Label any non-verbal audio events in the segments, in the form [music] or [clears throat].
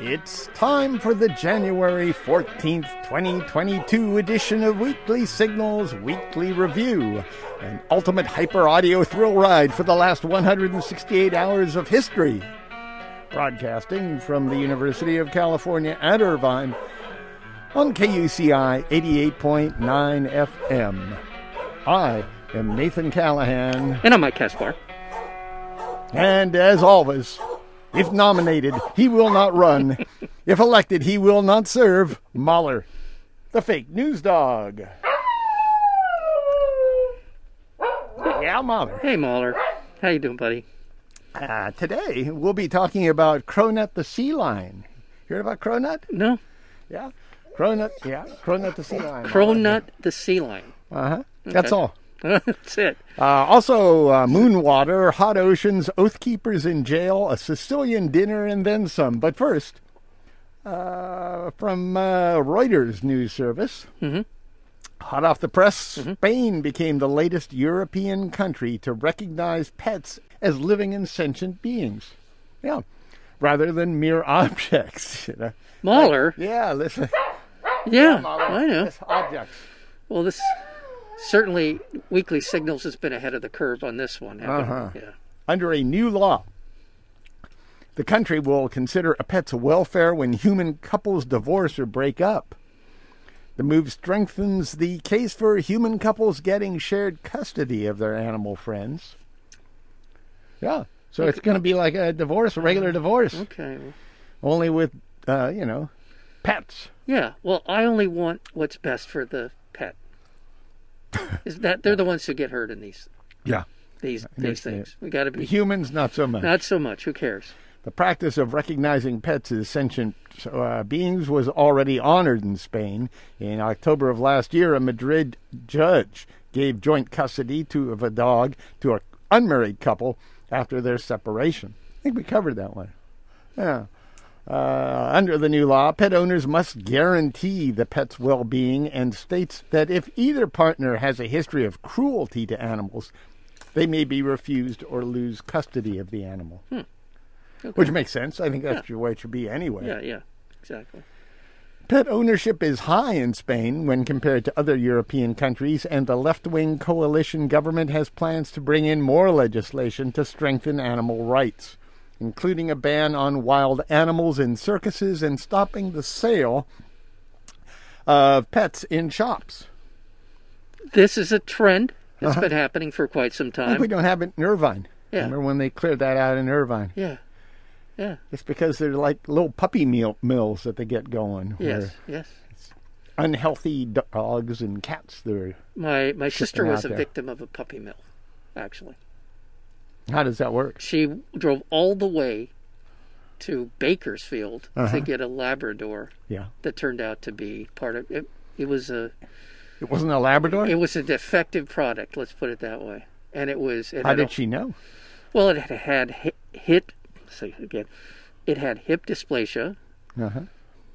It's time for the January 14th, 2022 edition of Weekly Signals Weekly Review, an ultimate hyper audio thrill ride for the last 168 hours of history. Broadcasting from the University of California at Irvine on KUCI 88.9 FM. I am Nathan Callahan, And I'm Mike Kaspar. and as always, if nominated, he will not run. if elected, he will not serve. Mahler, the fake news dog. Yeah, Mahler. Hey, Mahler. How you doing, buddy? Uh, today, we'll be talking about Cronut the sea lion. Heard about Cronut? No, Yeah. Cronut, yeah. Cronut the sea lion. Cronut the sea lion. [laughs] Uh-huh. That's all. That's it. Uh, also, uh, Moonwater, Hot Oceans, Oath Keepers in Jail, a Sicilian dinner, and then some. But first, uh, from uh, Reuters news service, hot off the press, Spain became the latest European country to recognize pets as living and sentient beings. Yeah, rather than mere [laughs] objects. You know? Mahler. Yeah, listen, [laughs] Yeah, I know. listen, objects. Well, this certainly Weekly Signals has been ahead of the curve on this one. Uh-huh. Yeah. under a new law. The country will consider a pet's welfare when human couples divorce or break up. The move strengthens the case for human couples getting shared custody of their animal friends. Yeah, so it's going to be like a divorce, a regular divorce, Okay. well, only with, uh, you know, pets. Yeah. Well, I only want what's best for the [laughs] pet. Is that they're the ones who get hurt in these Yeah. these these things? We got to [laughs] be Humans, not so much. not so much. Who cares? The practice of recognizing pets as sentient uh, beings was already honored in Spain. In October of last year, a Madrid judge gave joint custody to, of a dog to an unmarried couple after their separation. I think we covered that one. Yeah. Uh, under the new law, pet owners must guarantee the pet's well being and states that if either partner has a history of cruelty to animals, they may be refused or lose custody of the animal. Which makes sense. I think that's your way it should be anyway. Yeah. Yeah. Exactly. Pet ownership is high in Spain when compared to other European countries, and the left wing coalition government has plans to bring in more legislation to strengthen animal rights, including a ban on wild animals in circuses and stopping the sale of pets in shops. This is a trend that's been happening for quite some I think we time. don't have it in Irvine. Yeah. Remember when they cleared that out in Irvine? Yeah. Yeah. It's because they're like little puppy meal mills that they get going. Yes. where Yes. Unhealthy dogs and cats. They're My my sister them was out a there. victim of a puppy mill, actually. how does that work? She drove all the way to Bakersfield Uh-huh. to get a Labrador Yeah. that turned out to be part of it. It was a It wasn't a Labrador? it was a defective product. Let's put it that way. And it was it How had a- did she know? well it had had hip, hip say it again it had hip dysplasia. Uh-huh.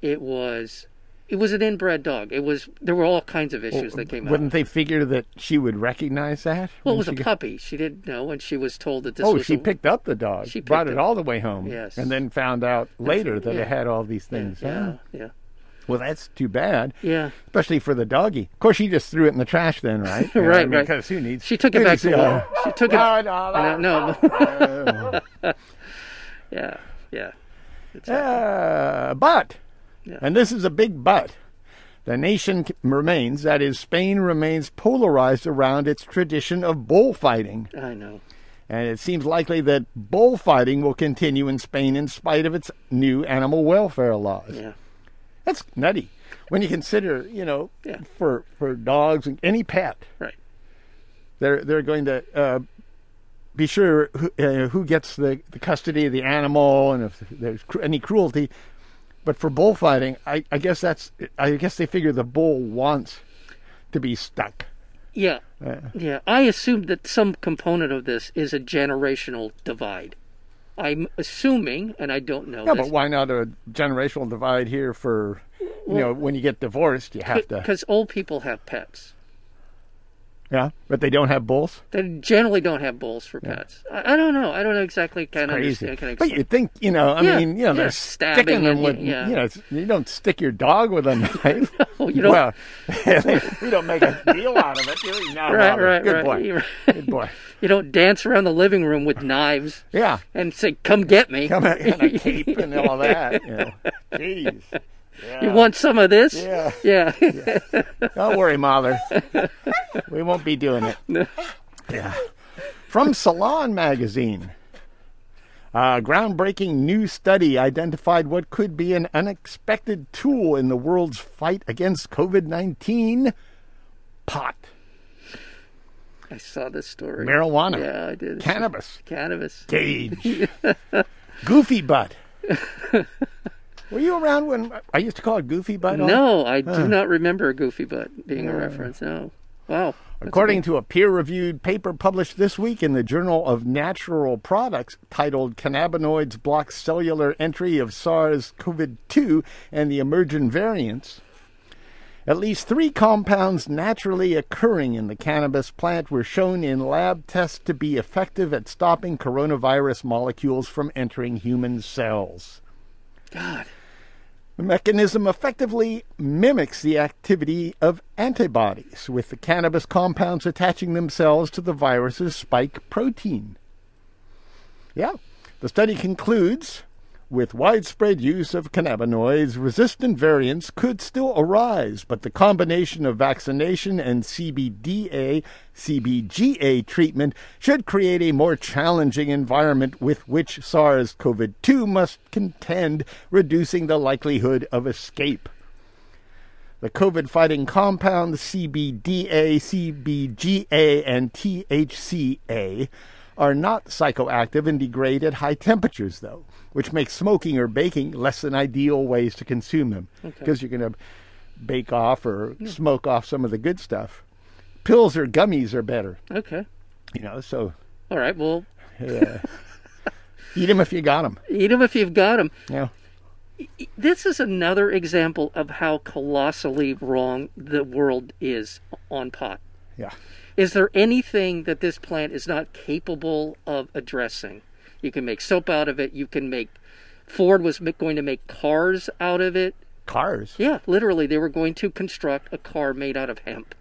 It was it was an inbred dog. It was there were all kinds of issues that came out. Wouldn't they figure that she would recognize that? Well, when it was she a got- puppy. She didn't know, and she was told that this Oh, was she a, picked up the dog. She brought picked it up- all the way home. Yes. And then found out later that yeah. it had all these things. yeah, Huh? yeah, Well, that's too bad, yeah. especially for the doggy. Of course, she just threw it in the trash then, right? [laughs] You know, Right, I mean, right. Because who needs She took it who back needs to the- uh, work. She took it. No, no, no. [laughs] No, no. [laughs] yeah, yeah. Uh, but, Yeah. and this is a big but, the nation c- remains, that is, Spain remains polarized around its tradition of bullfighting. I know. and it seems likely that bullfighting will continue in Spain in spite of its new animal welfare laws. Yeah, That's nutty. When you consider, you know, Yeah. for for dogs and any pet, right. they're they're going to uh, be sure who, uh, who gets the, the custody of the animal and if there's cr- any cruelty. But for bullfighting, I, I guess that's I guess they figure the bull wants to be stuck. Yeah, yeah. I assumed that some component of this is a generational divide. I'm assuming, and I don't know. Yeah, but why not a generational divide here for, you know, when you get divorced, you have to. Because old people have pets. Yeah, but they don't have bulls. They generally don't have bulls for pets. I, I don't know. I don't know exactly. Can Crazy. understand. Can but explain. you think, you know, I Yeah, mean, you know, yeah, they're stabbing sticking them and- with, yeah. you know, it's- you don't stick your dog with [laughs] a knife. No, you don't. [laughs] Well, we don't make a deal out of it. do we? No, Right, Robert. right, Good right. boy. [laughs] You're Good boy. you don't dance around the living room with knives Yeah. and say, "Come get me." Come on, and a cape and all that. You [laughs] know. Jeez. You want some of this? Yeah. Yeah. Don't worry, Mother. We won't be doing it. Yeah. From Salon Magazine. A groundbreaking new study identified what could be an unexpected tool in the world's fight against COVID 19 pot, [laughs] I saw this story. marijuana, Yeah, I did. cannabis, Cannabis. gauge, goofy butt. Were you around when I used to call it goofy butt? on- No, I do not remember a goofy butt being a reference. No. Wow. According to a peer reviewed paper published this week in the Journal of Natural Products titled Cannabinoids Block Cellular Entry of SARS CoV 2 and the Emergent Variants, at least three compounds naturally occurring in the cannabis plant were shown in lab tests to be effective at stopping coronavirus molecules from entering human cells. God. The mechanism effectively mimics the activity of antibodies, with the cannabis compounds attaching themselves to the virus's spike protein. Yeah, the study concludes with widespread use of cannabinoids, resistant variants could still arise, but the combination of vaccination and CBDA, CBGA treatment should create a more challenging environment with which SARS CoV 2 must contend, reducing the likelihood of escape. The COVID fighting compounds CBDA, CBGA, and THCA are not psychoactive and degrade at high temperatures, though, which makes smoking or baking less than ideal ways to consume them because you're going to bake off or Hmm. smoke off some of the good stuff. Pills or gummies are better, Okay. you know, so All right. Well, yeah. eat them if you got them. eat them if you've got them. Yeah. This is another example of how colossally wrong the world is on pot. Yeah. Is there anything that this plant is not capable of addressing? You can make soap out of it. You can make. Ford was ma- going to make cars out of it. Cars. Yeah, literally, they were going to construct a car made out of hemp.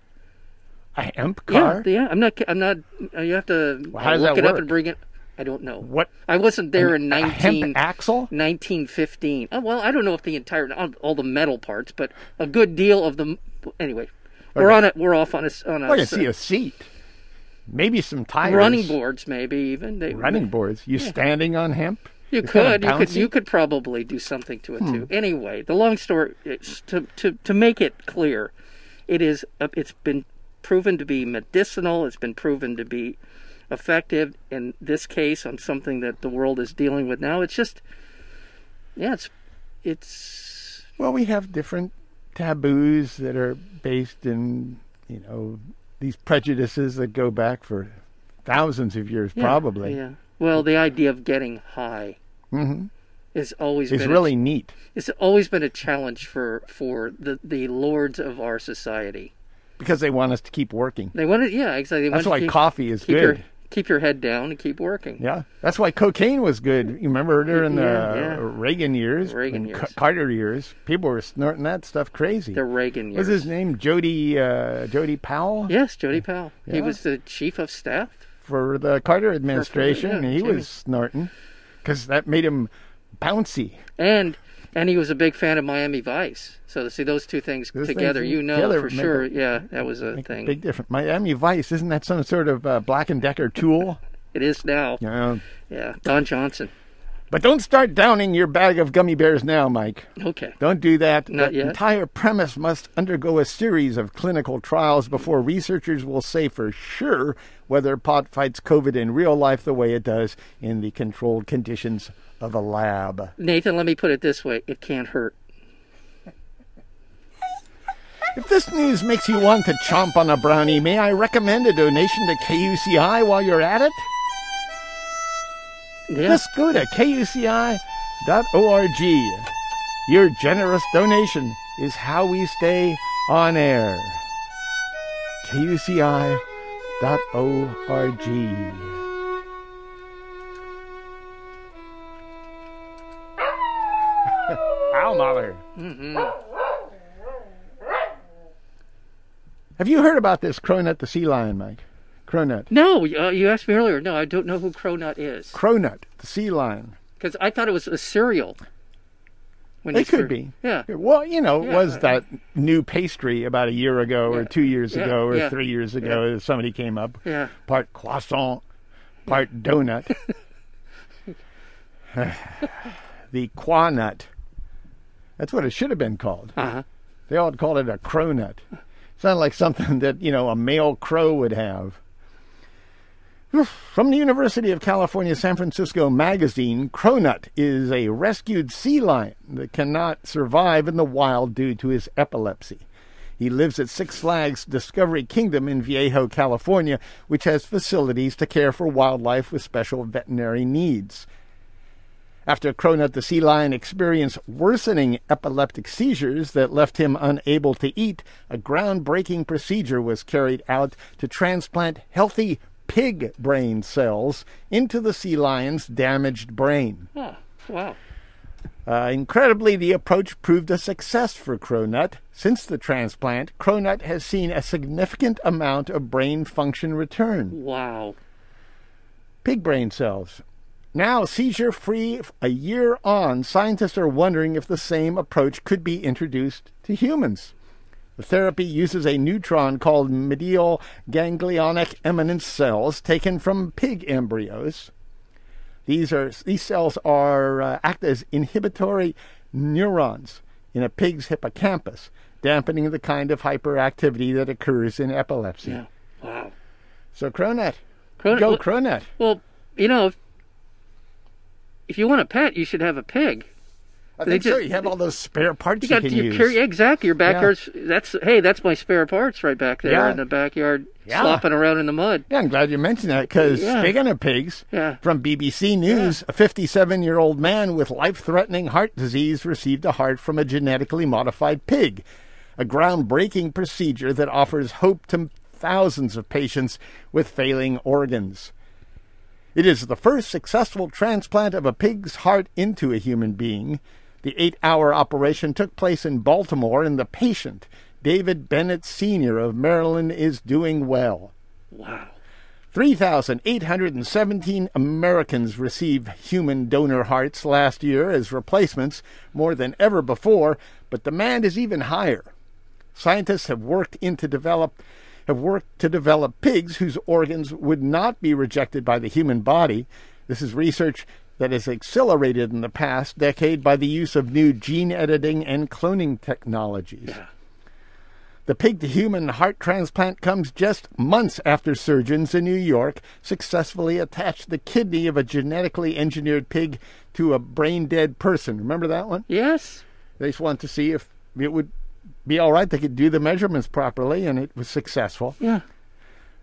A hemp car? Yeah, yeah. I'm not. ki- I'm not. uh, You have to how does look that it up work? and bring it. I don't know. What- I wasn't there in a 19. hemp axle? 1915. Oh, well, I don't know if the entire all, all the metal parts, but a good deal of them. Anyway, we're on it. We're off on a s- on a, I can s- see a seat. Maybe some tires. running boards, maybe even. They, Running boards. You standing on hemp? You It's kinda could, you could, bouncy. Hmm. you could probably do something to it too. Anyway, the long story it's to to to make it clear, it is uh, it's been proven to be medicinal. It's been proven to be effective in this case on something that the world is dealing with now. It's just, yeah, it's it's Well, we have different taboos that are based in, you know, these prejudices that go back for thousands of years, yeah, probably. Mm-hmm. yeah. Well, the idea of getting high is always It's been a- really neat. it's always been a challenge for for the the lords of our society. Because they want us to keep working. They want to, yeah, exactly. They That's want why to keep, coffee is keep good. your keep your head down and keep working. Yeah, that's why cocaine was good. You remember during the Yeah, yeah. Reagan years, Reagan and years. Ca- Carter years, people were snorting that stuff crazy. The Reagan years. What's his name? Jody uh, Jody Powell Yes, Jody Powell. He Yeah. was the chief of staff. for the Carter administration. yeah, he Jimmy. was snorting because that made him bouncy. And and he was a big fan of Miami Vice. So to see those two things Those things together, you know together for make a- sure. yeah, that was a thing. Big difference. Miami Vice isn't that some sort of uh, Black and Decker tool? [laughs] It is now. Yeah. Yeah. Don Johnson. But don't start downing your bag of gummy bears now, Mike. Okay. Don't do that. Not the yet. entire premise must undergo a series of clinical trials before researchers will say for sure whether pot fights COVID in real life the way it does in the controlled conditions of a lab. Nathan, let me put it this way: it can't hurt. If this news makes you want to chomp on a brownie, may I recommend a donation to KUCI while you're at it? Yeah. Just go to kuci.org. Your generous donation is how we stay on air. KUCI.org. www.org. Ow, mother. Have you heard about this Cronut the sea lion, Mike? Cronut. No, uh, you asked me earlier. No, I don't know who Cronut is Cronut the sea lion. because I thought it was a cereal. When It it's could for- be. Yeah. Well, you know, it Yeah. was that new pastry about a year ago or Yeah. two years Yeah. ago or Yeah. three years ago that somebody came up, Yeah. part croissant, part [laughs] donut. [sighs] the quanut. That's what it should have been called. Uh-huh. They all called it a cronut. Sounded like something [laughs] that, you know, a male crow would have. From the University of California San Francisco magazine, Cronut is a rescued sea lion that cannot survive in the wild due to his epilepsy. He lives at Six Flags Discovery Kingdom in Viejo, California, which has facilities to care for wildlife with special veterinary needs. After Cronut the sea lion experienced worsening epileptic seizures that left him unable to eat, a groundbreaking procedure was carried out to transplant healthy pig brain cells into the sea lion's damaged brain. Oh, wow. Uh, incredibly, the approach proved a success for Cronut. Since the transplant, Cronut has seen a significant amount of brain function return Wow. pig brain cells. Now seizure free a year on, scientists are wondering if the same approach could be introduced to humans. The therapy uses a neutron called medial ganglionic eminence cells taken from pig embryos. These are these cells are uh, act as inhibitory neurons in a pig's hippocampus, dampening the kind of hyperactivity that occurs in epilepsy. Yeah. Wow. So Cronut, Cronut- go well- Cronut. Well, you know, if, if you want a pet, you should have a pig. I They think so. just- You have all those spare parts You you, got can your use. carry exactly your backyard's that's hey, that's my spare parts right back there Yeah. in the backyard Yeah. slopping around in the mud. yeah, I'm glad you mentioned that because Yeah. speaking of pigs, Yeah. from BBC News, a 57 year old man with life threatening heart disease received a heart from a genetically modified pig, a groundbreaking procedure that offers hope to thousands of patients with failing organs. It is the first successful transplant of a pig's heart into a human being. The eight hour operation took place in Baltimore, and the patient, David Bennett Sr. of Maryland, is doing well. Wow. 3,817 Americans received human donor hearts last year as replacements, more than ever before, but demand is even higher. Scientists have worked in to develop have worked to develop pigs whose organs would not be rejected by the human body. This is research that is accelerated in the past decade by the use of new gene editing and cloning technologies. The pig to human heart transplant comes just months after surgeons in New York successfully attached the kidney of a genetically engineered pig to a brain dead person. Remember that one? Yes. They just wanted to see if it would be all right. They could do the measurements properly, and it was successful. Yeah.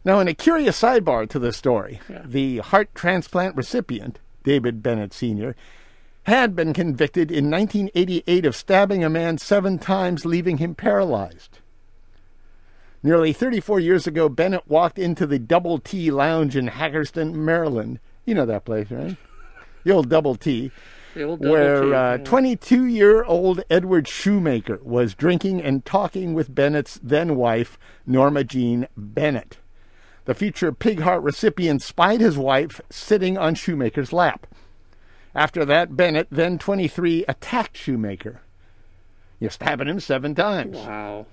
Now, in a curious sidebar to the story, the heart transplant recipient, David Bennett Sr., had been convicted in 1988 of stabbing a man seven times, leaving him paralyzed. Nearly 34 years ago, Bennett walked into the Double T Lounge in Hackerston, Maryland. You know that place, right? The old Double T The old double T. where uh, Yeah. 22 year old Edward Shoemaker was drinking and talking with Bennett's then wife, Norma Jean Bennett. The future pig heart recipient spied his wife sitting on Shoemaker's lap. After that, Bennett, then 23, attacked Shoemaker. You're stabbing him seven times. Wow.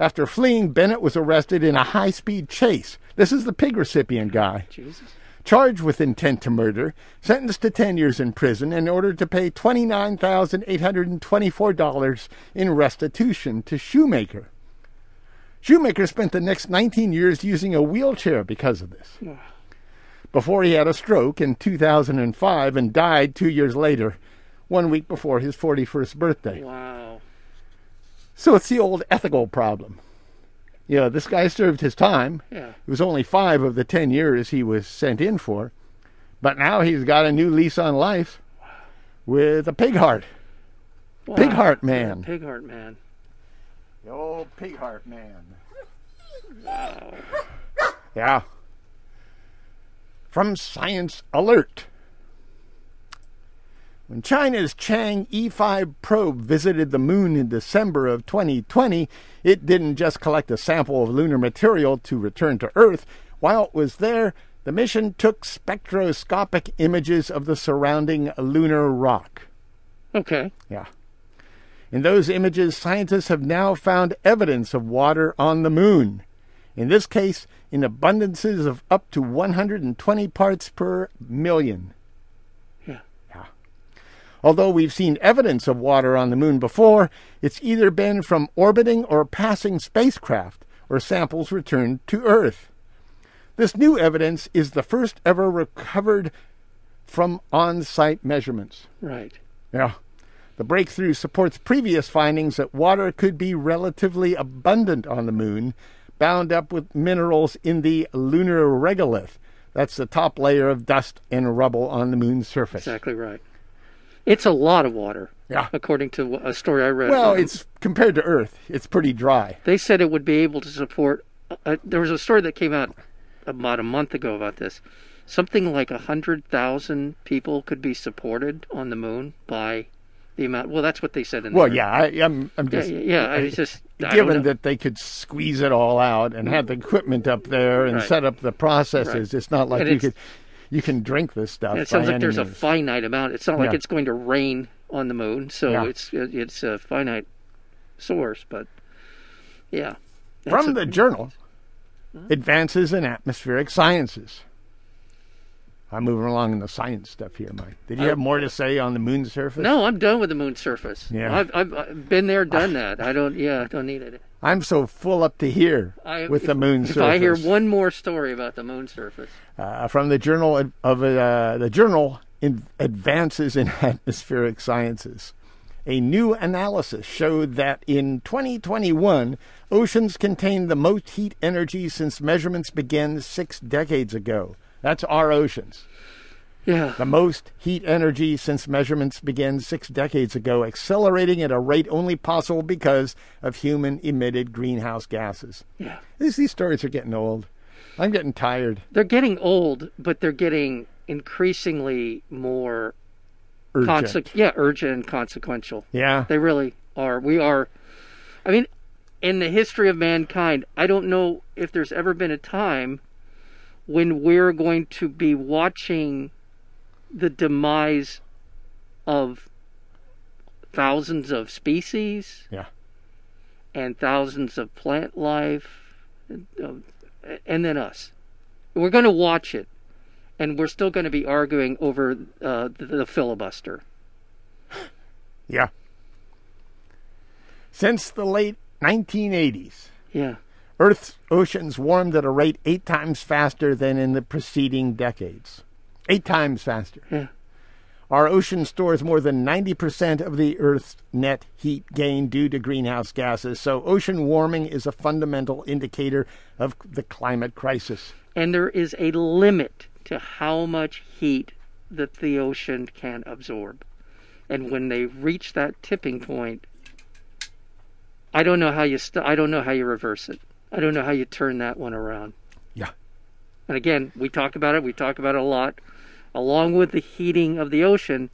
After fleeing, Bennett was arrested in a high speed chase. This is the pig recipient guy Jesus. charged with intent to murder, sentenced to 10 years in prison, and ordered to pay $29,824 in restitution to Shoemaker. Shoemaker spent the next 19 years using a wheelchair because of this. Before he had a stroke in 2005 and died two years later, one week before his 41st birthday. Wow. So it's the old ethical problem. You know, this guy served his time. Yeah. It was only five of the ten years he was sent in for, but now he's got a new lease on life with a pig heart. wow. Pig heart man. Pig heart man. The old pig heart man. [laughs] Yeah. from Science Alert. When China's Chang E5 probe visited the moon in December of 2020, it didn't just collect a sample of lunar material to return to Earth. While it was there, the mission took spectroscopic images of the surrounding lunar rock. Okay. Yeah. In those images, scientists have now found evidence of water on the moon. In this case, in abundances of up to 120 parts per million. Yeah. Yeah. Although we've seen evidence of water on the moon before, it's either been from orbiting or passing spacecraft or samples returned to Earth. This new evidence is the first ever recovered from on site measurements. Right. Yeah. The breakthrough supports previous findings that water could be relatively abundant on the moon, bound up with minerals in the lunar regolith. That's the top layer of dust and rubble on the moon's surface. Exactly right. It's a lot of water, Yeah. according to a story I read. Well, about them. it's compared to Earth, it's pretty dry. they said it would be able to support. Uh, there was a story that came out about a month ago about this. Something like a hundred thousand people could be supported on the moon by the amount. Well, that's what they said in. Well, there. yeah, I, I'm, I'm yeah, just yeah. yeah, I was just I don't given know. that they could squeeze it all out and have the equipment up there and Right. set set up the processes. It's not like And you it's- could you can drink this stuff. And it sounds like there's a finite amount. It's not like Yeah. it's going to rain on the moon, so Yeah. it's it's a finite source. But yeah, That's from a- the journal advances in atmospheric sciences i'm moving along in the science stuff here mike did you have more to say on the moon's surface No, I'm done with the moon surface. Yeah. I've, I've, I've been there, done that. I don't. Yeah, I don't need it. i'm so full up to here I, with the if- moon if surface I hear one more story about the moon surface, uh, from the journal ad- of uh, the journal in advances in atmospheric sciences a new analysis showed that in 2021 oceans contained the most heat energy since measurements began six decades ago that's our oceans yeah, the most heat energy since measurements began six decades ago, accelerating at a rate only possible because of human emitted greenhouse gases. yeah, These, these stories are getting old. I'm getting tired. they're getting old, but they're getting increasingly more Urgent. conse- yeah, urgent and consequential. yeah. They really are. We are. I mean, in the history of mankind, I don't know if there's ever been a time when we're going to be watching the demise of thousands of species Yeah. and thousands of plant life, uh, and then us. We're going to watch it, and we're still going to be arguing over uh, the, the filibuster. Yeah. Since the late 1980s, Yeah. Earth's oceans warmed at a rate eight times faster than in the preceding decades. Eight times faster. Yeah. Our ocean stores more than 90% of the Earth's net heat gain due to greenhouse gases, so ocean warming is a fundamental indicator of the climate crisis. and there is a limit to how much heat that the ocean can absorb. And when they reach that tipping point, I don't know how you st- I don't know how you reverse it. I don't know how you turn that one around. Yeah. And again, we talk about it. We talk about it a lot. Along with the heating of the ocean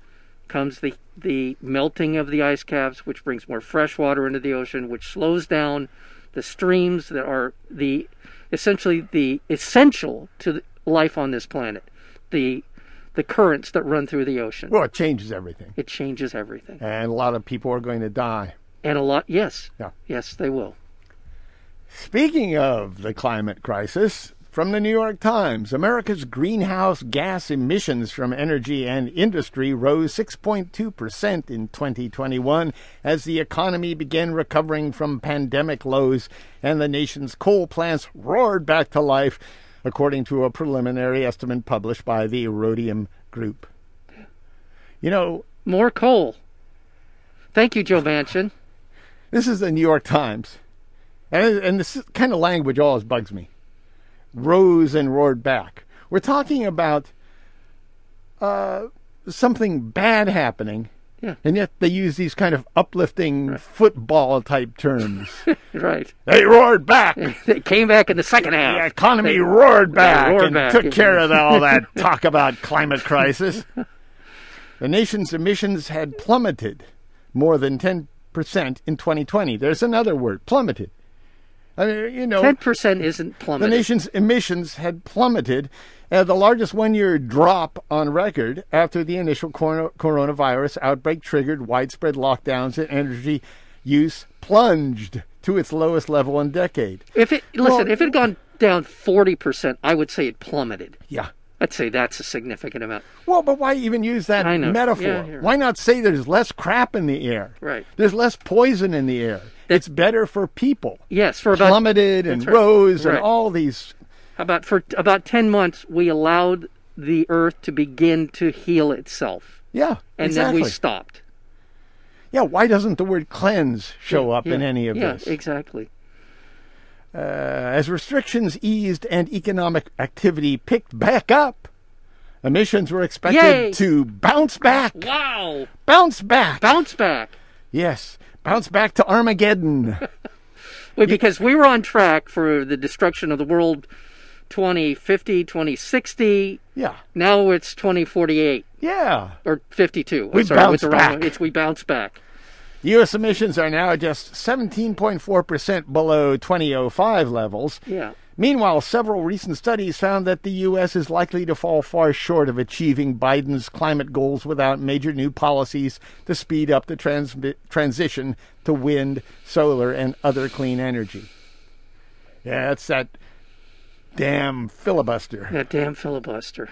comes the the melting of the ice caps, which brings more fresh water into the ocean, which slows down the streams that are the essentially the essential to the life on this planet. The the currents that run through the ocean. Well, it changes everything, It changes everything. and a lot of people are going to die. And a lot. Yes. Yeah. Yes, they will. Speaking of the climate crisis, from the New York Times, America's greenhouse gas emissions from energy and industry rose 6.2% in 2021 as the economy began recovering from pandemic lows and the nation's coal plants roared back to life, according to a preliminary estimate published by the Rhodium Group. You know, More coal. Thank you, Joe Manchin. This is the New York Times. And, and this is- kind of language always bugs me. Rose and roared back. We're talking about uh, something bad happening Yeah. And yet they use these kind of uplifting football type terms. [laughs] Right. [laughs] they roared back. They came back in the second half. The economy roared back roared and back, took yeah. care of all [laughs] that talk about climate crisis. [laughs] the nation's emissions had plummeted more than 10% in 2020. There's another word, plummeted. I mean, you know, Ten percent isn't the plummeting. nation's emissions had plummeted at the largest one year drop on record after the initial cor- coronavirus outbreak triggered widespread lockdowns and energy use plunged to its lowest level in decade. if it listen, Well- if it had gone down forty percent, I would say it plummeted. Yeah. I'd say that's a significant amount. Well, but why even use that I know. metaphor? Yeah, you're right. Why not say there's less crap in the air? Right. There's less poison in the air. it's better for people. Yes, for about Plummeted and that's right. rose and Right. all these. about for about ten months we allowed the earth to begin to heal itself. Yeah. And exactly. then we stopped. Yeah. Why doesn't the word cleanse show up in Yeah, any of yeah, this? exactly. Uh, as restrictions eased and economic activity picked back up, emissions were expected Yay. to bounce back. Wow. Bounce back. Bounce back. yes. Bounce back to [laughs] Armageddon. Wait, because we were on track for the destruction of the world 2050, 2060. yeah. Now it's 2048 Yeah. or 52. I'm We sorry, bounce with the wrong back. one. It's we bounce back. U.S. emissions are now just 17.4% below 2005 levels. Yeah. Meanwhile, several recent studies found that the U.S. is likely to fall far short of achieving Biden's climate goals without major new policies to speed up the transmi transition to wind, solar, and other clean energy. Yeah, that's that damn filibuster. That damn filibuster.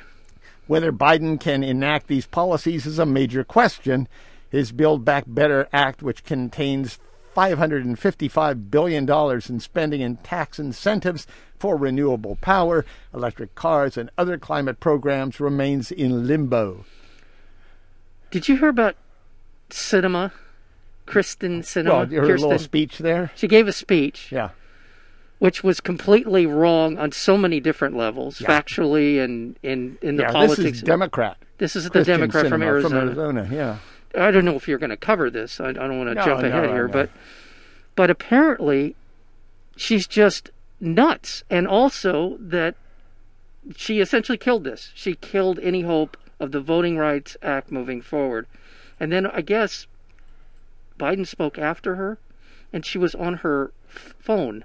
Whether Biden can enact these policies is a major question. His Build Back Better Act, which contains $555 billion in spending and tax incentives for renewable power, electric cars, and other climate programs, remains in limbo. Did you hear about cinema? Kristen Cinema. Well, your little Kirsten? speech there? she gave a speech Yeah. which was completely wrong on so many different levels, factually and in in the yeah politics. This is Democrat. This is the Christian Democrat from Sinema Arizona. From Arizona, yeah. I don't know if you're going to cover this. I, I don't want to No, jump no, ahead no, here, no. but but apparently she's just nuts, and also that she essentially killed this. She killed any hope of the Voting Rights Act moving forward, and then I guess Biden spoke after her, and she was on her f- phone,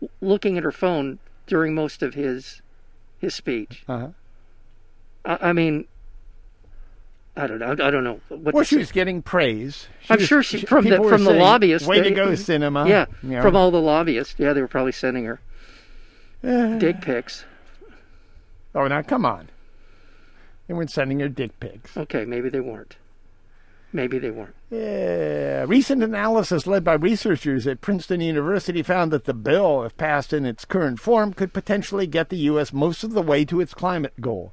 w- looking at her phone during most of his his speech. Uh-huh. I, I mean. I don't know. I don't know what Well, to she say. was getting praise. I'm was- sure she- from the- people were from the saying, lobbyists, Way they- to [laughs] go, cinema. Yeah, You know? from all the lobbyists. Yeah, they were probably [sighs] sending her Eh. dick pics. Oh, now come on. They weren't sending her dick pics. Okay, maybe they weren't. Maybe they weren't. Yeah. Recent analysis led by researchers at Princeton University found that the bill, if passed in its current form, could potentially get the U.S. most of the way to its climate goal.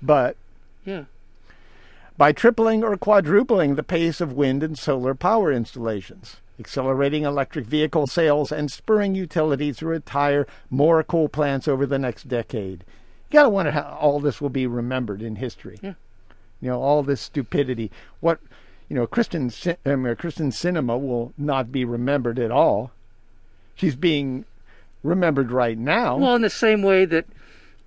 But Yeah, by tripling or quadrupling the pace of wind and solar power installations, accelerating electric vehicle sales, and spurring utilities to retire more coal plants over the next decade. You got to wonder how all this will be remembered in history. Yeah. You know, all this stupidity. What, you know, Kristen, Cin- I mean, Kristen Cinema will not be remembered at all. She's being remembered right now. Well, in the same way that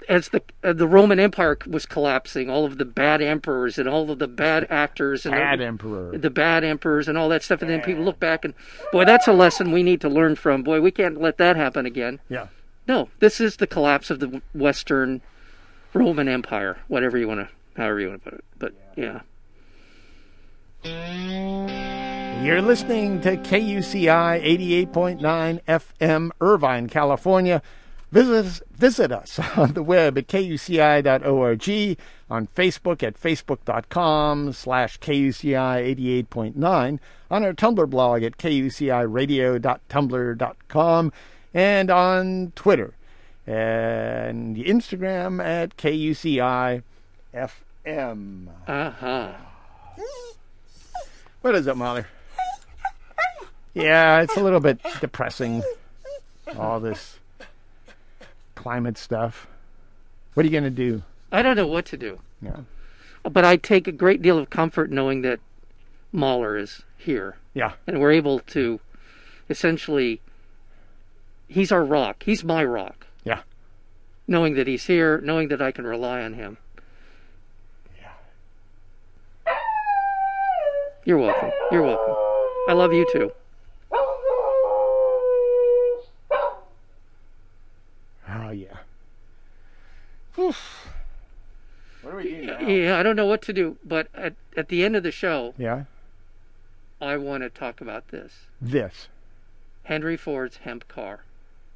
as the uh, the Roman Empire was collapsing, all of the bad emperors and all of the bad actors and Bad the, emperor. the bad emperors and all that stuff, and then people look back and boy, that's a lesson we need to learn from. Boy, we can't let that happen again. yeah. No, this is the collapse of the Western Roman Empire, whatever you want to, however you want to put it. But yeah. You're listening to KUCI 88.9 FM, Irvine, California. Visit us, visit us [laughs] on the web at kuci.org, on Facebook at facebook.com slash KUCI 88.9, on our Tumblr blog at kuciradio.tumblr.com, and on Twitter and Instagram at KUCI FM. Uh huh. What is it, Molly? Yeah, it's a little bit depressing. All this climate stuff. What are you gonna do? I don't know what to do. Yeah. but I take a great deal of comfort knowing that Mahler is here, Yeah. and we're able to essentially. He's our rock. He's my rock. Yeah. Knowing that he's here, knowing that I can rely on him. You're welcome. You're welcome. I love you too. Oh yeah. Oof. What do we do now? Yeah, I don't know what to do, but at, at the end of the show, Yeah. I want to talk about this This. Henry Ford's hemp car.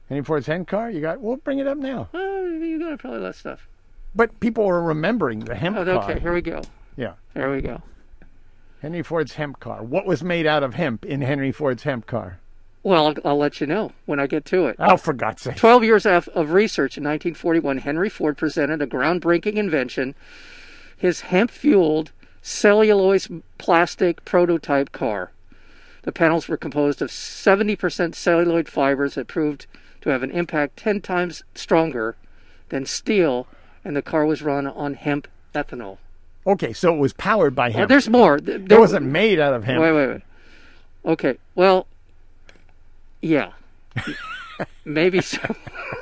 Henry Ford's hand car. You got. We'll bring it up now. Oh, you got to play less stuff. But people are remembering the hemp Oh, car. okay, here we go. Yeah. There we go. Henry Ford's hemp car. What was made out of hemp in Henry Ford's hemp car? Well, I'll, I'll let you know when I get to it. Oh, for God's sake. 12 years of, of research in 1941, Henry Ford presented a groundbreaking invention his hemp fueled cellulose plastic prototype car. The panels were composed of 70% celluloid fibers that proved to have an impact 10 times stronger than steel, and the car was run on hemp ethanol. Okay, so it was powered by Now, hemp. there's more. Th- it there- wasn't made out of hemp. Wait, wait, wait. Okay. Well, yeah. [laughs] Maybe [laughs] so.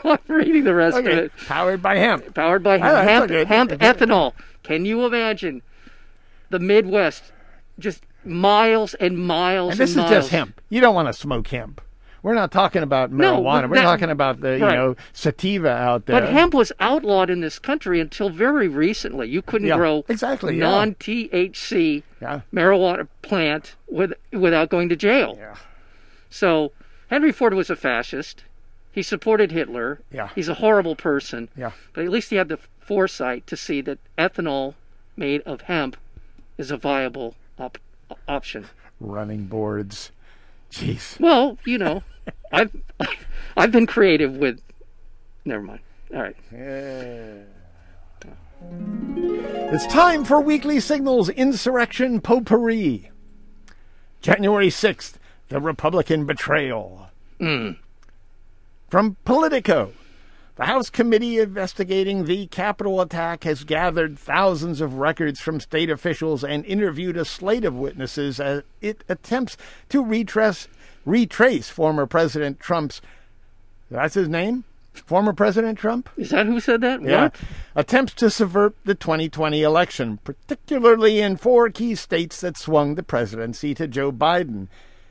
I'm reading the rest of Okay, it. powered by hemp. Powered by Ah, hemp, that's okay. hemp ethanol. Can you imagine the Midwest? Just miles and miles. And this is miles. just hemp. You don't want to smoke hemp. We're not talking about marijuana. but We're that- talking about the you right. know sativa out there. But hemp was outlawed in this country until very recently. You couldn't Yeah, grow exactly, yeah. non THC Yeah. marijuana plant with, without going to jail. Yeah. So Henry Ford was a fascist. He supported Hitler. Yeah. He's a horrible person. Yeah. But at least he had the foresight to see that ethanol made of hemp is a viable op- option. Running boards. Jeez. Well, [laughs] you know, I've I've been creative with. Never mind. All right. It's time for Weekly Signals Insurrection Potpourri. January 6th, the Republican Betrayal. From Politico. The House committee investigating the Capitol attack has gathered thousands of records from state officials and interviewed a slate of witnesses as it attempts to retrace, retrace former President Trump's. That's his name? Former President Trump? Is that who said that? Yeah. What? Attempts to subvert the 2020 election, particularly in four key states that swung the presidency to Joe Biden.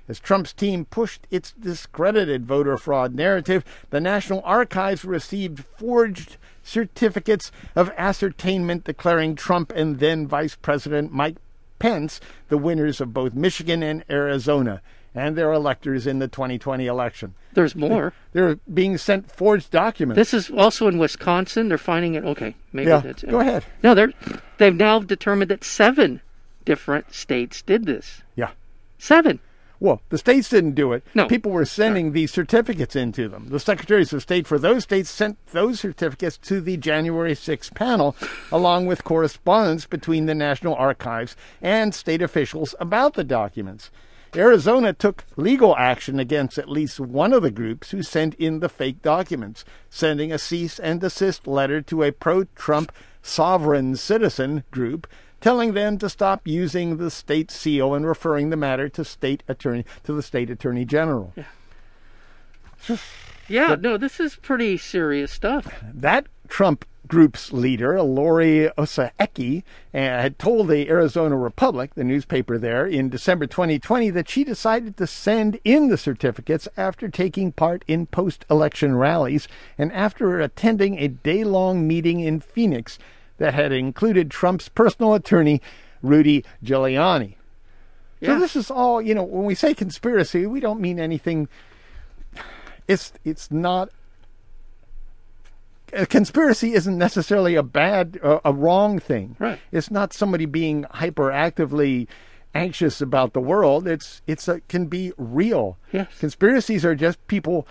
As Trump's team pushed its discredited voter fraud narrative, the National Archives received forged certificates of ascertainment declaring Trump and then Vice President Mike Pence the winners of both Michigan and Arizona and their electors in the 2020 election. [laughs] There's more. They're being sent forged documents. This is also in Wisconsin. They're finding it. Okay, maybe yeah, that's it. go ahead. No, they're they've now determined that seven different states did this. Yeah. Seven. Well, the states didn't do it. No. People were sending these certificates into them. The secretaries of state for those states sent those certificates to the January 6th panel, along with correspondence between the National Archives and state officials about the documents. Arizona took legal action against at least one of the groups who sent in the fake documents, sending a cease and desist letter to a pro Trump sovereign citizen group telling them to stop using the state seal and referring the matter to state attorney to the state attorney general. Yeah, no, this is pretty serious stuff. That Trump group's leader, Lori Osaeki, uh, had told the Arizona Republic, the newspaper there, in December 2020 that she decided to send in the certificates after taking part in post-election rallies and after attending a day-long meeting in Phoenix that had included Trump's personal attorney, Rudy Giuliani. Yeah. So this is all, you know, when we say conspiracy, we don't mean anything. It's it's not a conspiracy isn't necessarily a bad uh, a wrong thing. Right. It's not somebody being hyperactively anxious about the world. It's it's a, can be real. Yes. Conspiracies are just people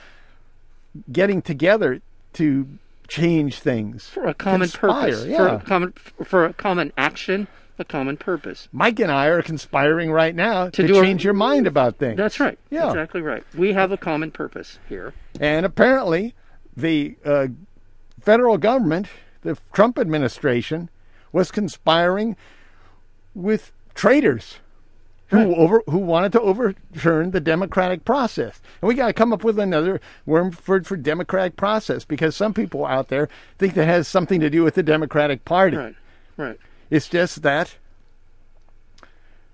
getting together to change things for a common Conspire, purpose, for Yeah. a common for a common action, a common purpose. Mike and I are conspiring right now to, do a- change your mind about things. That's right. Yeah. Exactly right. We have a common purpose here. And apparently, the uh, federal government, the Trump administration, was conspiring with traitors, who over who wanted to overturn the democratic process. And we got to come up with another word for, for democratic process because some people out there think that has something to do with the Democratic Party. Right. Right. It's just that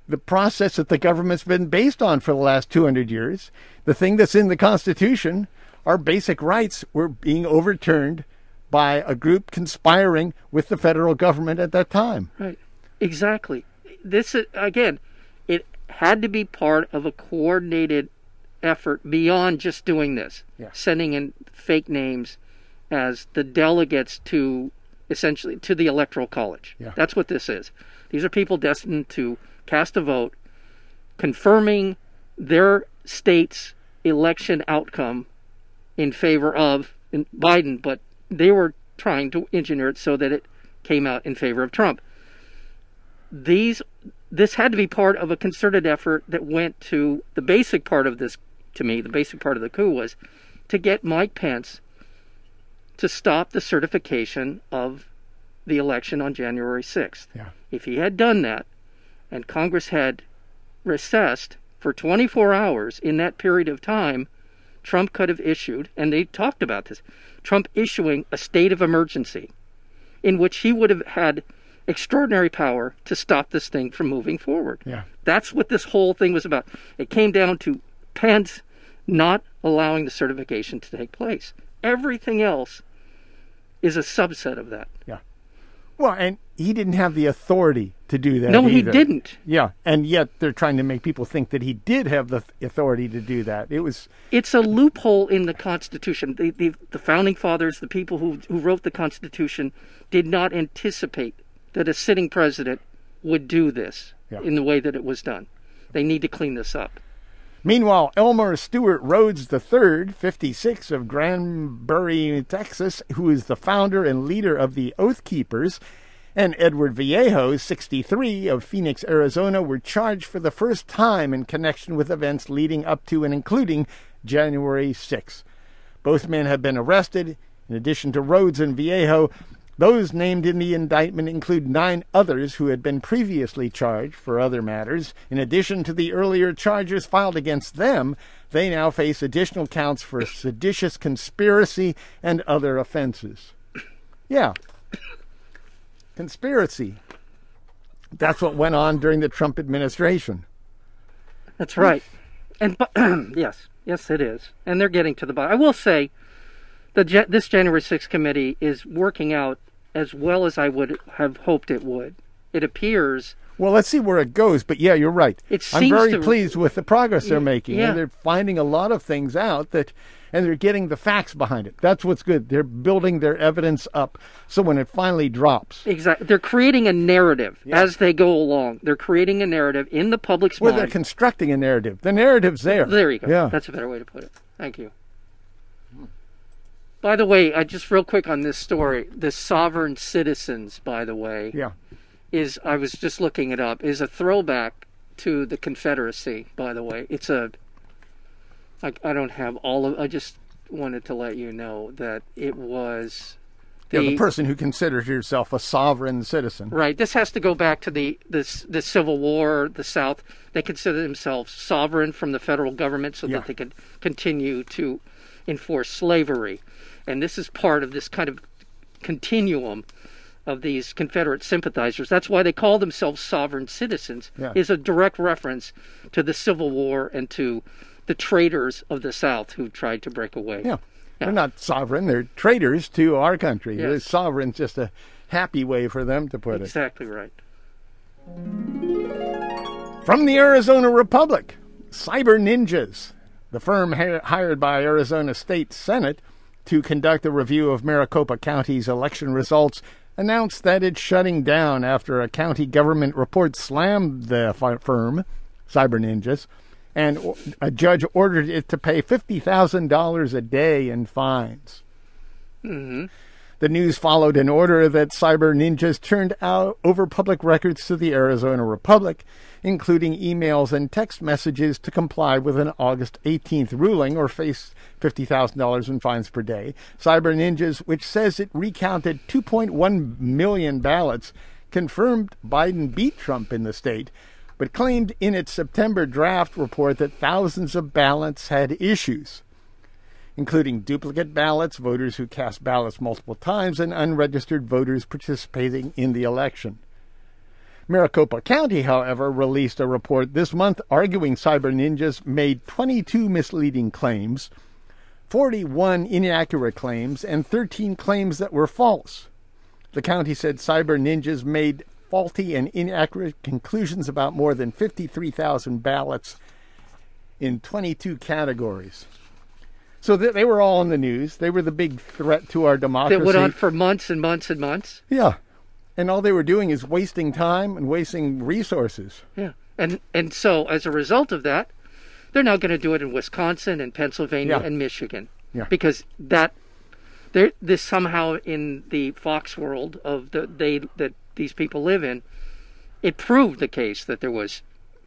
the process that the government's been based on for the last 200 years, the thing that's in the Constitution, our basic rights were being overturned by a group conspiring with the federal government at that time. Right. Exactly. This is again, it had to be part of a coordinated effort beyond just doing this. Yeah. Sending in fake names as the delegates to essentially to the electoral college. Yeah. That's what this is. These are people destined to cast a vote confirming their state's election outcome in favor of Biden, but they were trying to engineer it so that it came out in favor of Trump. These this had to be part of a concerted effort that went to the basic part of this to me, the basic part of the coup was to get Mike Pence to stop the certification of the election on January 6th. Yeah. If he had done that and Congress had recessed for 24 hours in that period of time, Trump could have issued, and they talked about this, Trump issuing a state of emergency in which he would have had extraordinary power to stop this thing from moving forward. Yeah. That's what this whole thing was about. It came down to Pence not allowing the certification to take place. Everything else is a subset of that. Yeah. Well, and he didn't have the authority to do that. No, he either. didn't. Yeah, and yet they're trying to make people think that he did have the authority to do that. It was It's a loophole in the Constitution. The, the, the founding fathers, the people who, who wrote the Constitution, did not anticipate that a sitting president would do this Yeah. in the way that it was done. They need to clean this up. Meanwhile, Elmer Stewart Rhodes III, 56 of Granbury, Texas, who is the founder and leader of the Oath Keepers, and Edward Vallejo, 63 of Phoenix, Arizona, were charged for the first time in connection with events leading up to and including January 6. Both men have been arrested. In addition to Rhodes and Vallejo, those named in the indictment include nine others who had been previously charged for other matters. In addition to the earlier charges filed against them, they now face additional counts for seditious conspiracy and other offenses. Yeah. Conspiracy. That's what went on during the Trump administration. That's right. And but, [clears throat] yes, yes, it is. And they're getting to the bottom. I will say, the Ja- this January 6th committee is working out as well as I would have hoped it would. It appears Well, let's see where it goes. But yeah, you're right. It I'm seems very to- pleased with the progress they're making, yeah. and they're finding a lot of things out that, and they're getting the facts behind it. That's what's good. They're building their evidence up, so when it finally drops, exactly they're creating a narrative as they go along. They're creating a narrative in the public's well, they're mind. constructing a narrative. The narrative's there. There you go. Yeah. That's a better way to put it. Thank you. By the way, I just real quick on this story, the sovereign citizens, by the way, yeah. is I was just looking it up is a throwback to the Confederacy. By the way, it's a I, I don't have all of. I just wanted to let you know that it was Yeah, the person who considers herself a sovereign citizen. right. This has to go back to the this the Civil War, the South. They considered themselves sovereign from the federal government, so Yeah. that they could continue to enforce slavery, and this is part of this kind of continuum of these Confederate sympathizers. That's why they call themselves sovereign citizens. Yeah. Is a direct reference to the Civil War and to the traitors of the South who tried to break away. Yeah. They're not sovereign. They're traitors to our country. Yes. Sovereign's just a happy way for them to put it. Exactly right. From the Arizona Republic, Cyber Ninjas, the firm hi- hired by Arizona State Senate to conduct a review of Maricopa County's election results, announced that it's shutting down after a county government report slammed the fi- firm, Cyber Ninjas, and o- a judge ordered it to pay $50,000 a day in fines. The news followed an order that cyber ninjas turned out over public records to the Arizona Republic, including emails and text messages to comply with an August 18th ruling or face $50,000 in fines per day. Cyber Ninjas, which says it recounted 2.1 million ballots, confirmed Biden beat Trump in the state, but claimed in its September draft report that thousands of ballots had issues, including duplicate ballots, voters who cast ballots multiple times, and unregistered voters participating in the election. Maricopa County, however, released a report this month arguing Cyber Ninjas made 22 misleading claims, 41 inaccurate claims, and 13 claims that were false. The county said Cyber Ninjas made faulty and inaccurate conclusions about more than 53,000 ballots in 22 categories. So th- they were all in the news. They were the big threat to our democracy. That went on for months and months and months. Yeah. And all they were doing is wasting time and wasting resources. Yeah. And and so as a result of that, they're now going to do it in Wisconsin and Pennsylvania Yeah. and Michigan. Yeah. Because that there this somehow in the Fox world of the they that these people live in, it proved the case that there was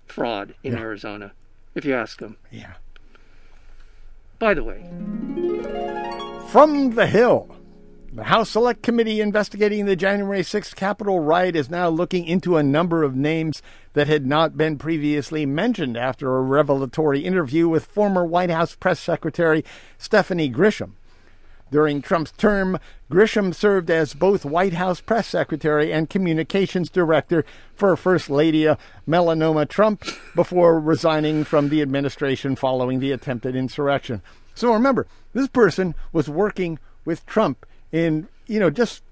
fraud in Arizona, if you ask them. Yeah. By the way, From the Hill. The House Select Committee investigating the January 6th Capitol riot is now looking into a number of names that had not been previously mentioned after a revelatory interview with former White House Press Secretary Stephanie Grisham. During Trump's term, Grisham served as both White House press secretary and communications director for First Lady Melanoma Trump before resigning from the administration following the attempted insurrection. So remember, this person was working with Trump in, you know, just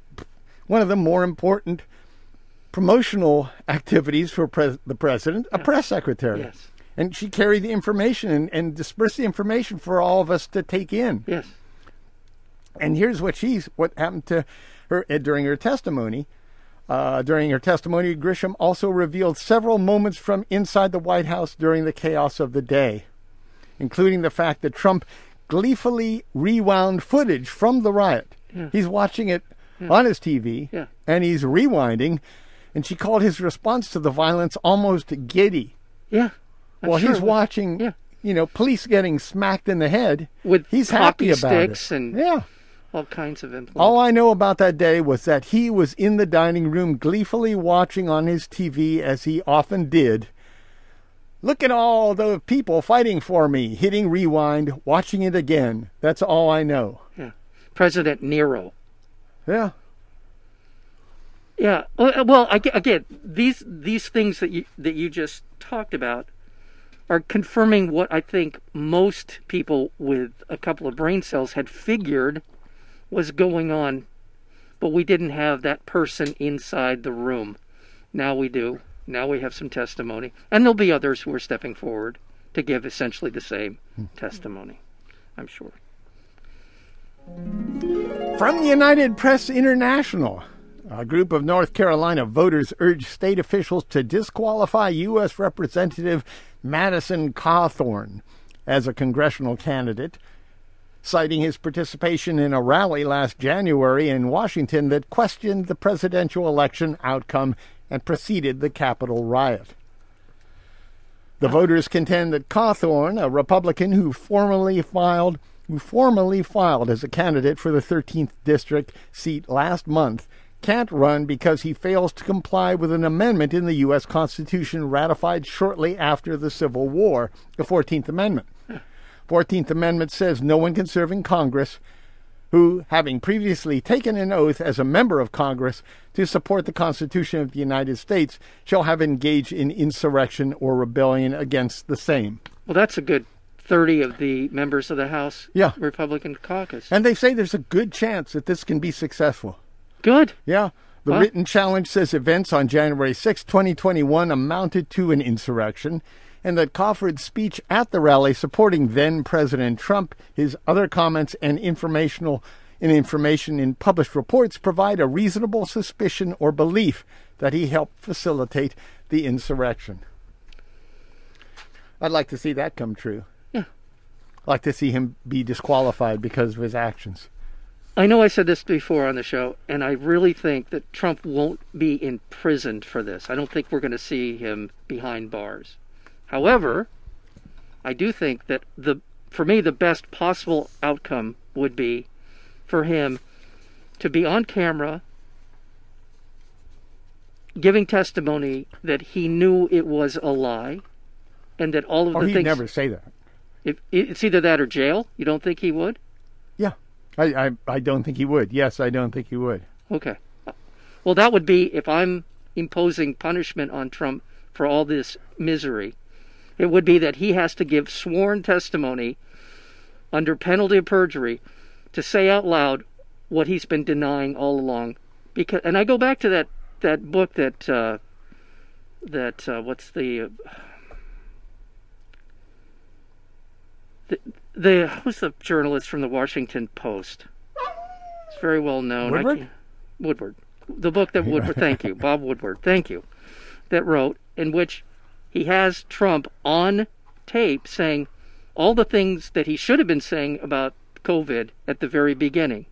one of the more important promotional activities for pres- the president, a press secretary. Yes. And she carried the information and, and dispersed the information for all of us to take in. yes. And here's what she's what happened to her uh, during her testimony. Uh, during her testimony, Grisham also revealed several moments from inside the White House during the chaos of the day, including the fact that Trump gleefully rewound footage from the riot. He's watching it on his TV Yeah. and he's rewinding. And she called his response to the violence almost giddy. Yeah. I'm Well, sure he's it was- watching, yeah. you know, police getting smacked in the head. With he's poppy happy about sticks it. and- yeah. all kinds of implements. All I know about that day was that he was in the dining room gleefully watching on his TV as he often did. Look at all the people fighting for me, hitting rewind, watching it again. That's all I know. yeah. President Nero. Yeah. Yeah. Well, uh, well, ag- again, these these things that you that you just talked about are confirming what I think most people with a couple of brain cells had figured was going on, but we didn't have that person inside the room. Now we do. Now we have some testimony, and there'll be others who are stepping forward to give essentially the same testimony. I'm sure. From the United Press International, a group of North Carolina voters urged state officials to disqualify U.S. Representative Madison Cawthorn as a congressional candidate, citing his participation in a rally last January in Washington that questioned the presidential election outcome and preceded the Capitol riot. The voters contend that Cawthorn, a Republican who formerly filed who formally filed as a candidate for the 13th district seat last month, can't run because he fails to comply with an amendment in the U.S. Constitution ratified shortly after the Civil War, the 14th Amendment. 14th Amendment says no one can serve in Congress who, having previously taken an oath as a member of Congress to support the Constitution of the United States, shall have engaged in insurrection or rebellion against the same. Well, that's a good thirty of the members of the House Yeah. Republican caucus. And they say there's a good chance that this can be successful. Good. Yeah. The Huh? written challenge says events on January 6, 2021 amounted to an insurrection, and that Crawford's speech at the rally supporting then President Trump, his other comments and informational and information in published reports provide a reasonable suspicion or belief that he helped facilitate the insurrection. I'd like to see that come true. Yeah. I'd like to see him be disqualified because of his actions. I know I said this before on the show, and I really think that Trump won't be imprisoned for this. I don't think we're going to see him behind bars. However, I do think that the for me the best possible outcome would be for him to be on camera giving testimony that he knew it was a lie, and that all of Oh, the he'd things. never say that. If, it's either that or jail. You don't think he would? Yeah. I, I, I don't think he would. Yes, I don't think he would. Okay. Well, that would be if I'm imposing punishment on Trump for all this misery, it would be that he has to give sworn testimony under penalty of perjury to say out loud what he's been denying all along. Because, and I go back to that that book that uh, that uh, what's the the the who's the journalist from the Washington Post? It's very well known. I Woodward? can't- Woodward. The book that Woodward, thank you, Bob Woodward, thank you, that wrote, in which he has Trump on tape saying all the things that he should have been saying about COVID at the very beginning,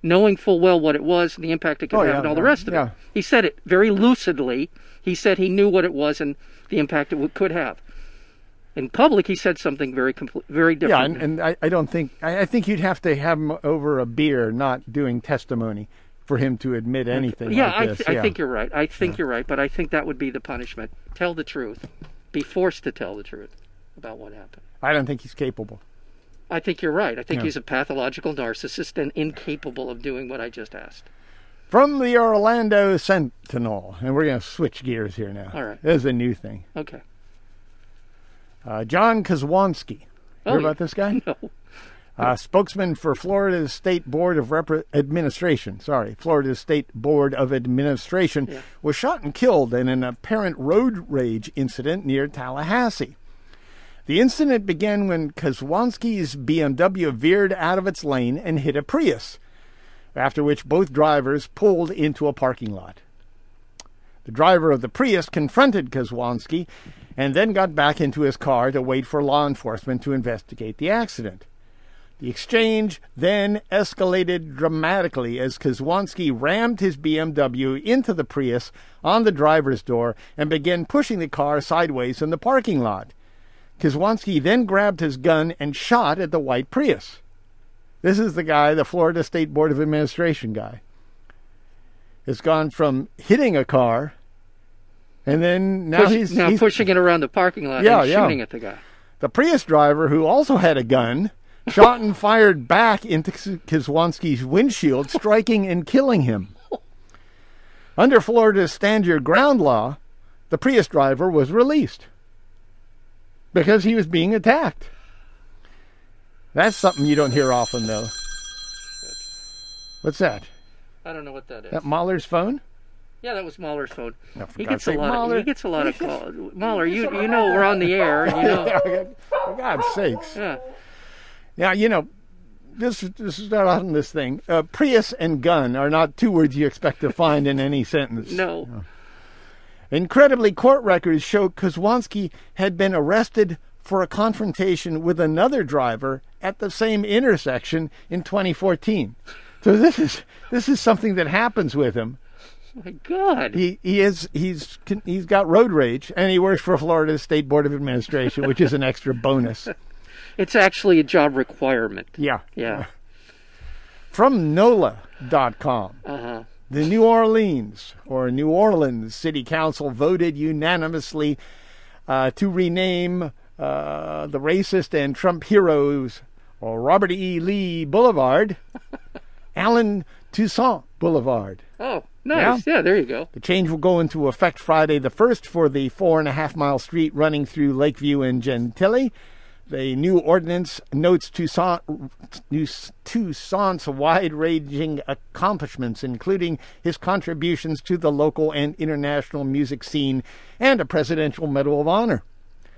knowing full well what it was and the impact it could Oh, have yeah, and all the yeah, rest of yeah. it. He said it very lucidly. He said he knew what it was and the impact it would, could have. In public, he said something very compl- very different. Yeah, and, and I, I don't think I, I think you'd have to have him over a beer, not doing testimony, for him to admit anything. yeah, like I, this. th- I think you're right. I think you're right, but I think that would be the punishment. Tell the truth. Be forced to tell the truth about what happened. I don't think he's capable. I think you're right. I think he's a pathological narcissist and incapable of doing what I just asked. From the Orlando Sentinel, and we're going to switch gears here now. All right. there's a new thing. Okay. [laughs] Uh, John Kozlowski. Oh, Hear yeah. about this guy? No. Uh, spokesman for Florida's State Board of Repre- Administration, sorry, Florida's State Board of Administration, was shot and killed in an apparent road rage incident near Tallahassee. The incident began when Kozwanski's BMW veered out of its lane and hit a Prius, after which both drivers pulled into a parking lot. The driver of the Prius confronted Kozwanski and then got back into his car to wait for law enforcement to investigate the accident. The exchange then escalated dramatically as Kozwanski rammed his BMW into the Prius on the driver's door and began pushing the car sideways in the parking lot. Kozwanski then grabbed his gun and shot at the white Prius. This is the guy, the Florida State Board of Administration guy. It's gone from hitting a car and then now Push- he's, now he's pushing it around the parking lot Yeah, and yeah. shooting at the guy. the Prius driver, who also had a gun, shot and fired back into Kos- Kozwanski's windshield, striking and killing him. Under Florida's Stand Your Ground law, the Prius driver was released because he was being attacked. That's something you don't hear often, though. What's that? I don't know what that is. That Mahler's phone? [laughs] Yeah, that was Mahler's phone. Oh, for He God's gets a sake, lot. Mahler. Of, he gets [laughs] a lot of calls. Mahler, you you know we're on the air. and You know. For God's sakes. [laughs] Yeah. Now you know this. This is not on this thing. Uh, Prius and gun are not two words you expect to find in any sentence. No. Incredibly, court records show Kozwanski had been arrested for a confrontation with another driver at the same intersection in 2014. So this is this is something that happens with him. My God. He he is he's he's got road rage, and he works for Florida's State Board of Administration, which is an extra bonus. It's actually a job requirement. Yeah. Yeah. From NOLA.com. Uh huh. The New Orleans or New Orleans City Council voted unanimously uh, to rename uh, the racist and Trump heroes or Robert E. Lee Boulevard, Allen Toussaint Boulevard. Oh, nice. yeah, there you go. The change will go into effect Friday the 1st for the four and a half mile street running through Lakeview and Gentilly. The new ordinance notes Tucson, Tucson's wide ranging accomplishments, including his contributions to the local and international music scene and a Presidential Medal of Honor.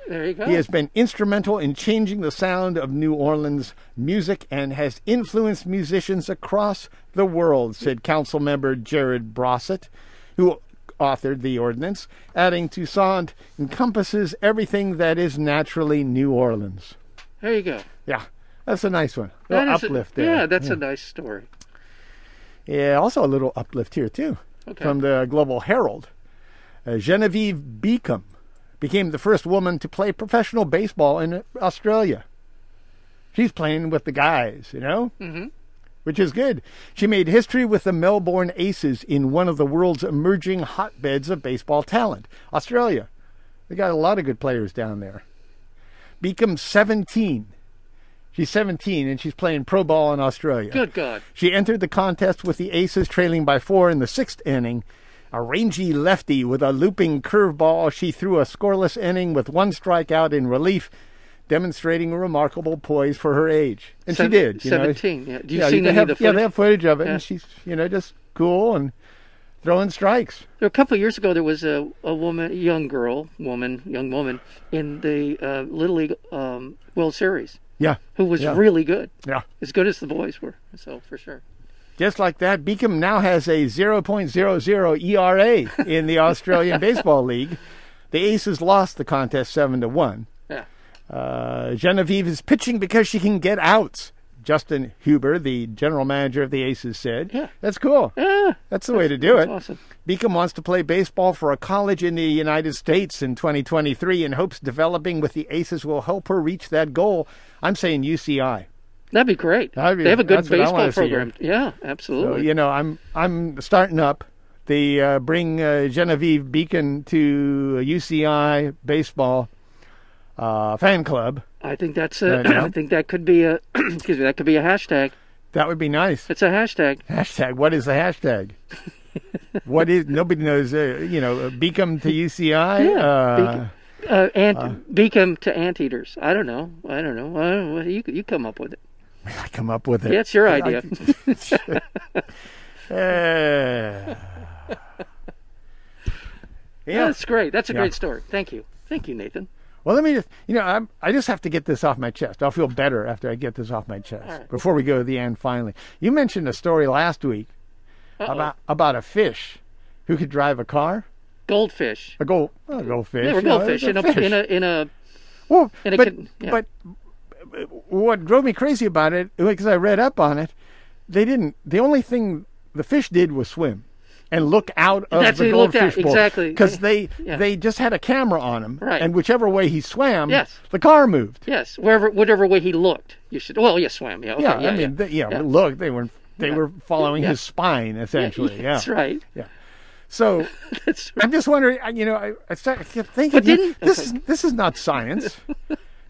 There you go. He has been instrumental in changing the sound of New Orleans music and has influenced musicians across the world, said Councilmember Jared Brossett, who authored the ordinance, adding Toussaint encompasses everything that is naturally New Orleans. There you go. Yeah, that's a nice one. A That little is a- uplift Yeah, there. that's a nice story. Yeah, also a little uplift here too Okay. from the Global Herald. Uh, Genevieve Beacom became the first woman to play professional baseball in Australia. She's playing with the guys, you know. Mm-hmm. which is good. She made history with the Melbourne Aces in one of the world's emerging hotbeds of baseball talent, Australia. They got a lot of good players down there. Beacom's 17. She's 17 and she's playing pro ball in Australia. Good God. She entered the contest with the Aces trailing by four in the sixth inning. A rangy lefty with a looping curveball, she threw a scoreless inning with one strikeout in relief, demonstrating a remarkable poise for her age. And Seven- she did. You Seventeen. Know. yeah. Do you yeah, see they any have, of the yeah, footage? they have footage of it, Yeah. and she's you know just cool and throwing strikes. a couple of years ago, there was a, a woman, young girl, woman, young woman in the uh, Little League um, World Series Yeah, who was Yeah. really good, yeah. as good as the boys were. So for sure. Just like that, Beacom now has a 0.00 ERA E in [laughs] the Australian Baseball League. The Aces lost the contest 7 to 1. Yeah. Uh, Genevieve is pitching because she can get outs. Justin Huber, the general manager of the Aces, said, Yeah. That's cool. Yeah. That's the way to do That's it. awesome. Beacom wants to play baseball for a college in the United States in 2023 and hopes developing with the Aces will help her reach that goal. I'm saying UCI. That'd be great. That'd be- they have a good that's what I wanna baseball see here. program. Yeah, So, absolutely. you know, I'm I'm starting up. They uh, bring uh, Genevieve Beacon to UCI baseball uh, fan club. I think that's a, Yeah, yeah. [clears throat] I think that could be a excuse me, that could be a hashtag. That would be nice. It's a hashtag. Hashtag. What is the hashtag? what is nobody knows? Uh, you know, Beacom to UCI. Yeah, uh, Beacom. Uh, ant, Beacom to anteaters. I don't know. I don't know. I don't know. You you come up with it. I come up with it. Yeah, it's your [laughs] idea. Uh, yeah. That's great. That's a Yeah. great story. Thank you. Thank you, Nathan. Well, let me just, you know, I'm, I just have to get this off my chest. I'll feel better after I get this off my chest. right. Before we go to the end, finally, you mentioned a story last week Uh-oh. about about a fish who could drive a car, goldfish. a gold, a goldfish. They were you know, goldfish it's in a, in a in a well, in a but, kid- yeah. but what drove me crazy about it, because I read up on it, they didn't. The only thing the fish did was swim. And look out of That's the what he looked at, goldfish bowl exactly. because they Yeah. they just had a camera on him, Right. and whichever way he swam, Yes. the car moved. yes, wherever whatever way he looked, you should. Well, yeah, swam. Yeah, okay, Yeah, yeah, I mean, yeah. th- yeah, Yeah. but look, they were they Yeah. were following Yeah. his spine [laughs] essentially. Yeah, that's right. So That's I'm just wondering, I- you know, I, I start I kept thinking, But didn't- this okay. is this is not science.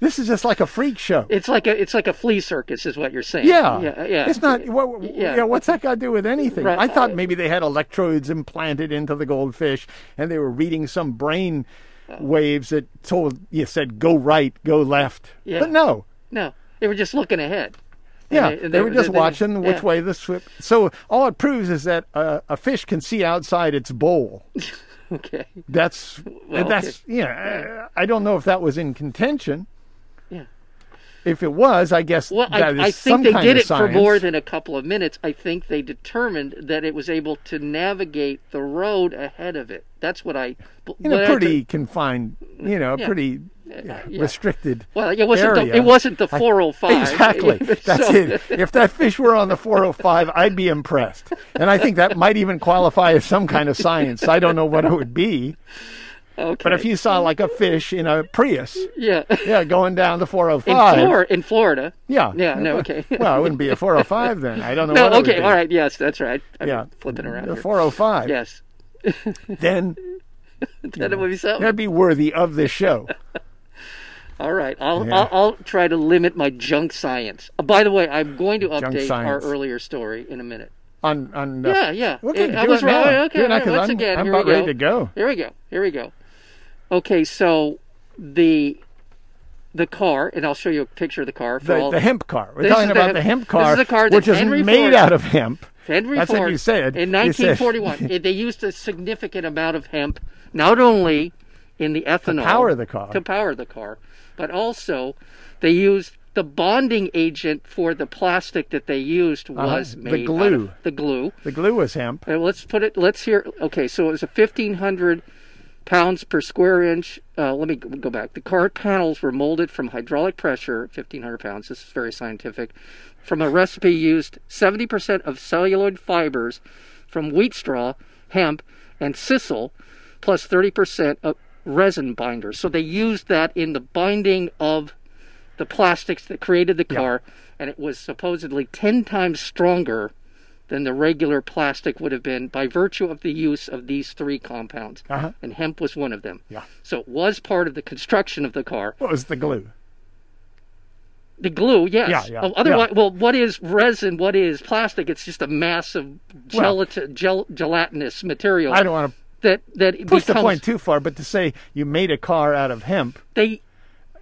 this is just like a freak show. It's like a it's like a flea circus, is what you're saying. yeah, yeah, yeah. It's not. What, what- Yeah. yeah, what's that got to do with anything? Right. Uh, I thought maybe they had electrodes implanted into the goldfish, and they were reading some brain Uh. waves that told you said go right, go left. Yeah. But no, No, they were just looking ahead. Yeah, And they, they- were they- just they- watching which yeah. way the swim. So all it proves is that uh, a fish can see outside its bowl. [laughs] Okay. That's uh, Well, that's yeah. uh, I I don't know if that was in contention. Yeah. If it was, I guess Well, I, that is I some think they kind did of it for science. more than a couple of minutes. I think they determined that it was able to navigate the road ahead of it. That's what I. in a what I pretty confined, you know, Yeah. pretty uh, Yeah. restricted. [laughs] Well, it wasn't. area. The, it wasn't the 405. Exactly. That's [laughs] So- it. If that fish were on the 405, I'd be impressed. And I think that might even qualify as some kind of science. I don't know what it would be. Okay. But if you saw like a fish in a Prius, yeah. [laughs] Yeah, going down the In, 405. Flor- in Florida. Yeah. Yeah. No. Okay. Well, it wouldn't be a 405 then. I don't know. [laughs] no. what it would Okay. be. All right. Yes, that's right. I'm Yeah. Flipping around. The here. 405. Yes. Then Then it would be something. that'd be worthy of this show. All right, I'll, Yeah. I'll I'll try to limit my junk science. Uh, by the way, I'm going to Junk update our science. earlier story in a minute. On on. Uh, Yeah, yeah. Okay, I do was it now. right. Okay, do it now, all right, 'cause once I'm, again, I'm here we about ready go. to go. Here we go. Here we go. Okay, so the the car, and I'll show you a picture of the car for The, all the hemp car. We're This talking is the about hemp- the hemp this car, is the car that which is Henry made Ford- out of hemp. Henry That's Ford. what you said. In You said [laughs] 1941, it- they used a significant amount of hemp, not only in the ethanol power the car. to power the car, but also they used the bonding agent for the plastic that they used was Uh-huh. The made out of- glue. the glue. the glue was hemp. And Uh, let's put it. Let's hear. Okay, so it was a 1,500 pounds per square inch. Uh, let me go back. The car panels were molded from hydraulic pressure, 1,500 pounds. This is very scientific. From a recipe used 70% of celluloid fibers from wheat straw, hemp, and sisal, plus 30% of resin binders. So they used that in the binding of the plastics that created the car, and it was supposedly 10 times stronger than the regular plastic would have been by virtue of the use of these three compounds. Uh-huh. And hemp was one of them. Yeah. So it was part of the construction of the car. What was the glue? The glue, yes. Yeah, yeah, Oh, otherwise, well, what is resin? What is plastic? It's just a mass of gelatin, gel, gelatinous material I don't want to that that push becomes. the point too far, but to say you made a car out of hemp, They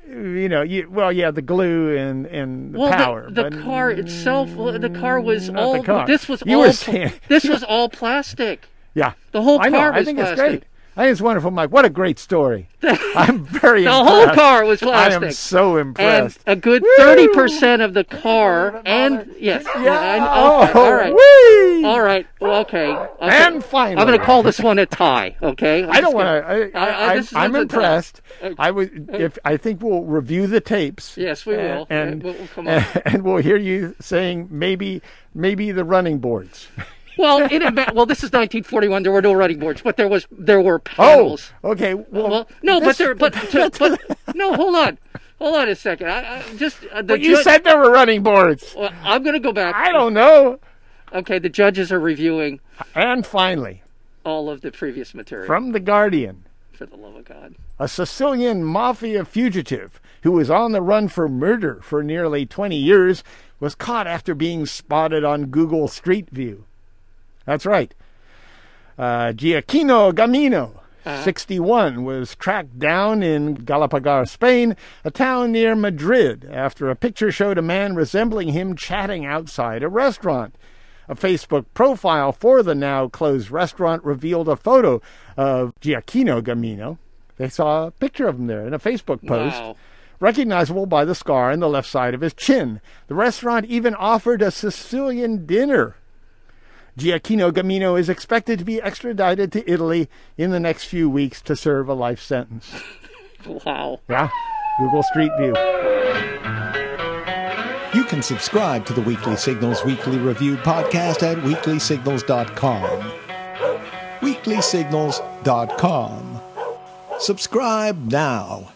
you know, you well, yeah, the glue and and the well, power. the, the but car itself. well, The car was the all. car. This was [laughs] You all. were pl- saying- this was all plastic. yeah, The whole I know. car I was think it's plastic. great. I think it's wonderful, Mike. What a great [laughs] story. I'm very. [laughs] The whole impressed. car was I am plastic. so And impressed. a good Woo! thirty percent of the car, and yes, yeah. I- okay, oh, all right, whee! all right, well, okay, okay. And finally, I'm going to call this one a tie. Okay, [laughs] I don't want to. I- I- I, I, this I, am is a- impressed. Uh, I would. If I think we'll review the tapes. Yes, we will. And We'll- we'll come on. and, and [laughs] we'll hear you saying maybe, maybe the running [laughs] boards. Well, it had been- well, this is 1941. There were no running boards, but there was there were panels. Oh, okay. Well, well, no, this- but [laughs] there, but, to, but no, hold on, hold on a second. I, I just uh, the but you ju- said there were running boards. Well, I'm going to go back. I don't know. Okay, the judges are reviewing And finally, all of the previous material. from the Guardian. for the love of God. a Sicilian mafia fugitive who was on the run for murder for nearly 20 years, was caught after being spotted on Google Street View. That's right. Uh, Giacchino Gamino, 61, was tracked down in Galapagar, Spain, a town near Madrid, after a picture showed a man resembling him chatting outside a restaurant. A Facebook profile for the now closed restaurant revealed a photo of Giacchino Gamino. They saw a picture of him there in a Facebook post Wow. recognizable by the scar on the left side of his chin. The restaurant even offered a Sicilian dinner. Giacchino Gamino is expected to be extradited to Italy in the next few weeks to serve a life sentence. Wow. Yeah, Google Street View. You can subscribe to the Weekly Signals Weekly Review podcast at weeklysignals.com. Weeklysignals.com. Subscribe now.